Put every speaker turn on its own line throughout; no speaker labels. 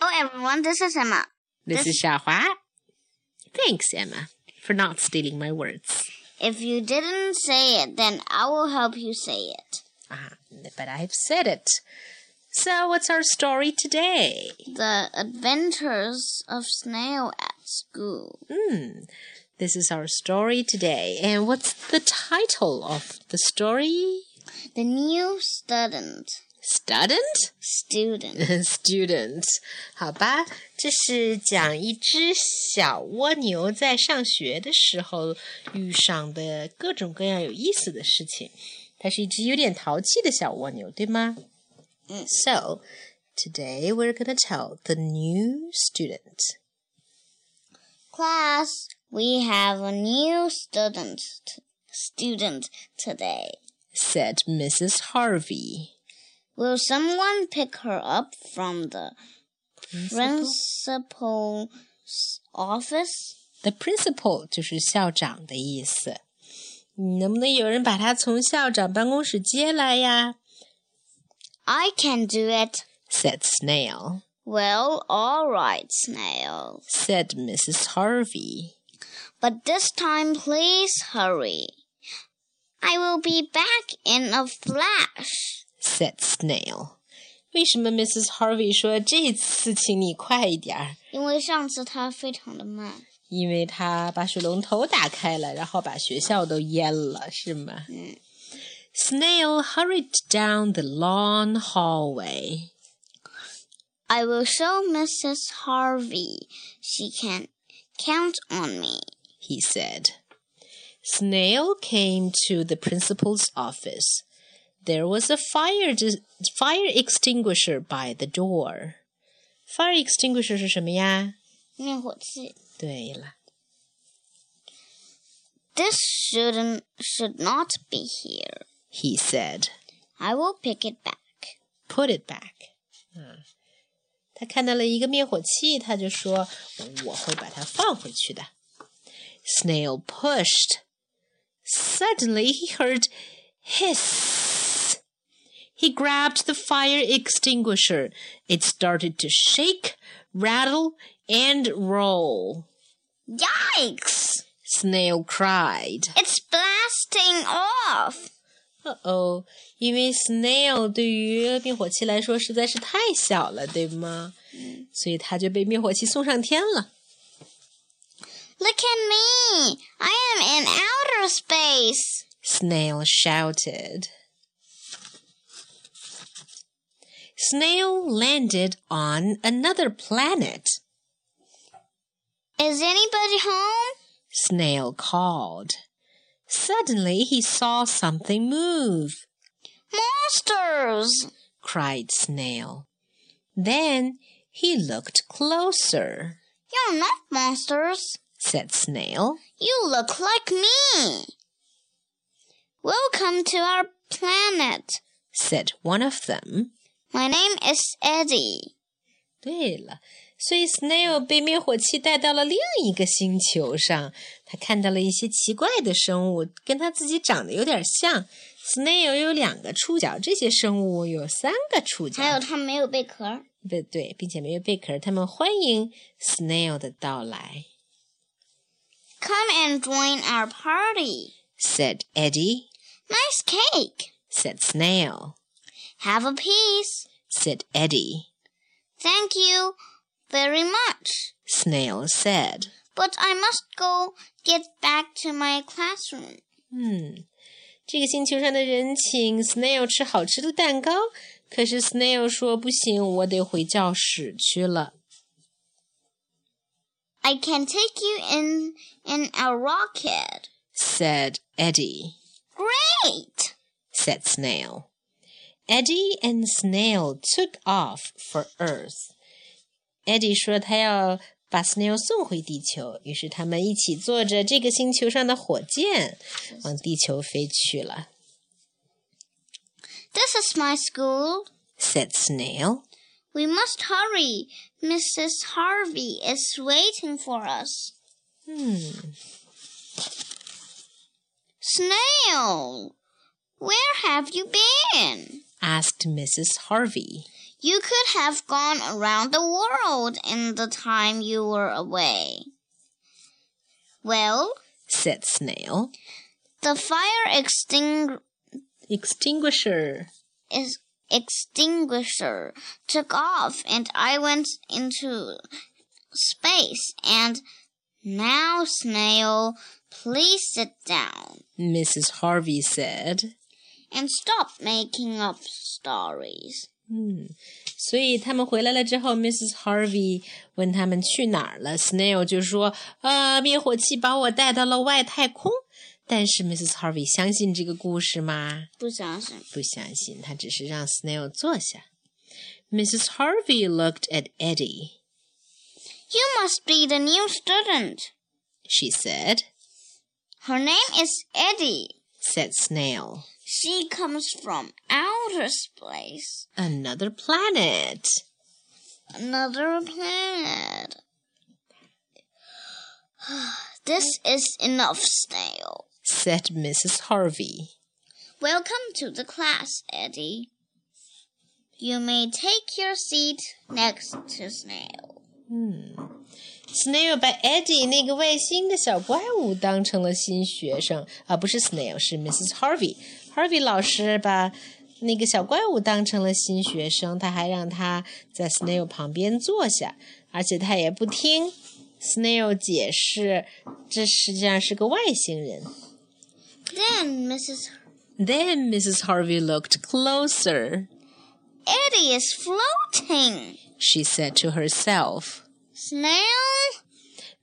Oh, everyone, this is Emma.
This is Xiaohua. Thanks, Emma, for not stealing my words.
If you didn't say it, then I will help you say it.
Ah, but I've said it. So, what's our story today?
The Adventures of Snail at School.
Hmm. This is our story today. And what's the title of the story?
The new student.
Student?
Student.
Student，好吧，这是讲一只小蜗牛在上学的时候遇上的各种各样有意思的事情。它是一只有点淘气的小蜗牛，对吗？
嗯
So today we're gonna tell the new student.
Class, we have a new student. t- Student today.
Said Mrs. Harvey.
Will someone pick her up from the principal's office?
The principal 就是校长的意思。能不能有人把他从校长办公室接来呀
I can do it.
？Said Snail.
Well, all right, Snail.
said Mrs. Harvey.
But this time, please hurry. I will be back in a flash.
said Snail. 为什么 Mrs. Harvey 说这次请你快一点儿？
因为上次他非常的慢。
因为他把水龙头打开了，然后把学校都淹了，是吗？
嗯。
Snail hurried down the long hallway.
I will show Mrs. Harvey she can count on me.
He said. Snail came to the principal's office. There was a fire dis- fire extinguisher by the door. Fire extinguisher 是什么呀？
灭火器。
对了
This shouldn't should not be here.
，he said,
I will pick it back.
put it back。嗯，他看到了一个灭火器，他就说：“我会把它放回去的。” Snail pushed. Suddenly he heard hiss. He grabbed the fire extinguisher. It started to shake, rattle, and roll.
Yikes!
Snail cried.
It's blasting off.
哦哦，因为 snail 对于灭火器来说实在是太小了，对吗？所以它就被灭火器送上天了。
Look at me. I am in outer space.
Snail shouted. Snail landed on another planet.
Is anybody home?
Snail called. Suddenly he saw something move.
Monsters!
Cried Snail. Then he looked closer.
You're not monsters.
Said Snail.
You look like me. Welcome to our planet.
Said one of them.
My name is Eddie.
对了，所以 Snail 被灭火器带到了另一个星球上，他看到了一些奇怪的生物，跟他自己长得有点像。Snail 有两个触角，这些生物有三个触角。
还有他没有贝壳。
对对，并且没有贝壳，他们欢迎 Snail 的到来。
Come and join our party.
Said Eddie.
Nice cake.
Said Snail.
Have a piece.
Said Eddie.
Thank you very much.
Snail said.
But I must go get back to my classroom.
嗯，这个星球上的人请 Snail 吃好吃的蛋糕，可是 Snail 说不行，我得回教室去了。
I can take you in in a rocket.
Said Eddie.
Great!
Said Snail. Eddie and Snail took off for Earth. Eddie 说他要把 Snail 送回地球，于是他们一起坐着这个星球上的火箭往地球飞去了。
This is my school.
Said Snail.
We must hurry. Mrs. Harvey is waiting for us.
嗯。
Snail, where have you been?
Asked Mrs. Harvey.
You could have gone around the world in the time you were away. Well,
said Snail.
the fire extingu
Extinguisher.
is extinguisher took off and I went into space and now snail please sit down
Mrs. Harvey said.
and stop making up stories
所以他们回来了之后，Mrs. Harvey 问他们去哪儿了，Snail 就说：“呃，灭火器把我带到了外太空。”但是 Mrs. Harvey 相信这个故事吗？
不相信。
不相信，他只是让 Snail 坐下。Mrs. Harvey looked at Eddie.
You must be the new student
She said,
her name is Eddie
said Snail,
she comes from outer space
another planet.
another planet this is enough snail
said Mrs. Harvey.
Welcome to the class, Eddie. You may take your seat next to Snail.
Snail 把 Eddie 那个外星的小怪物当成了新学生啊，不是 Snail，是 Mrs. Harvey。Harvey 老师把那个小怪物当成了新学生，他还让他在 Snail 旁边坐下，而且他也不听 Snail 解释，这实际上是个外星人。
Then Mrs.
Then Mrs. Harvey looked closer.
Eddie is floating.
She said to herself.
Snail?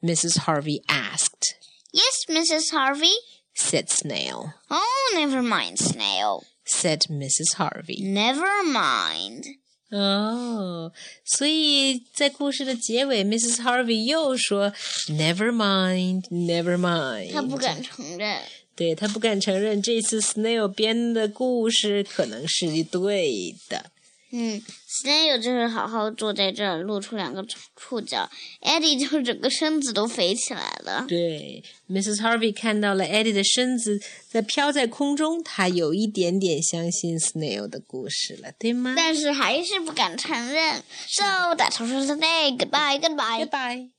Mrs. Harvey asked.
Yes, Mrs. Harvey.
Said Snail.
Oh, never mind, Snail.
Said Mrs. Harvey.
Never mind.
哦，所以在故事的结尾，Mrs. Harvey 又说 “Never mind, never mind”，
他不敢承认。
对她不敢承认这次 Snail 编的故事可能是对的。
嗯，Snail Hmm. 就是好好坐在这儿，露出两个触触角；Eddie 就是整个身子都飞起来了。
对，Mrs. Harvey 看到了 Eddie 的身子在飘在空中，她有一点点相信 Snail 的故事了，对吗
但是还是不敢承认。So that's all for today. Goodbye, goodbye.
？Goodbye。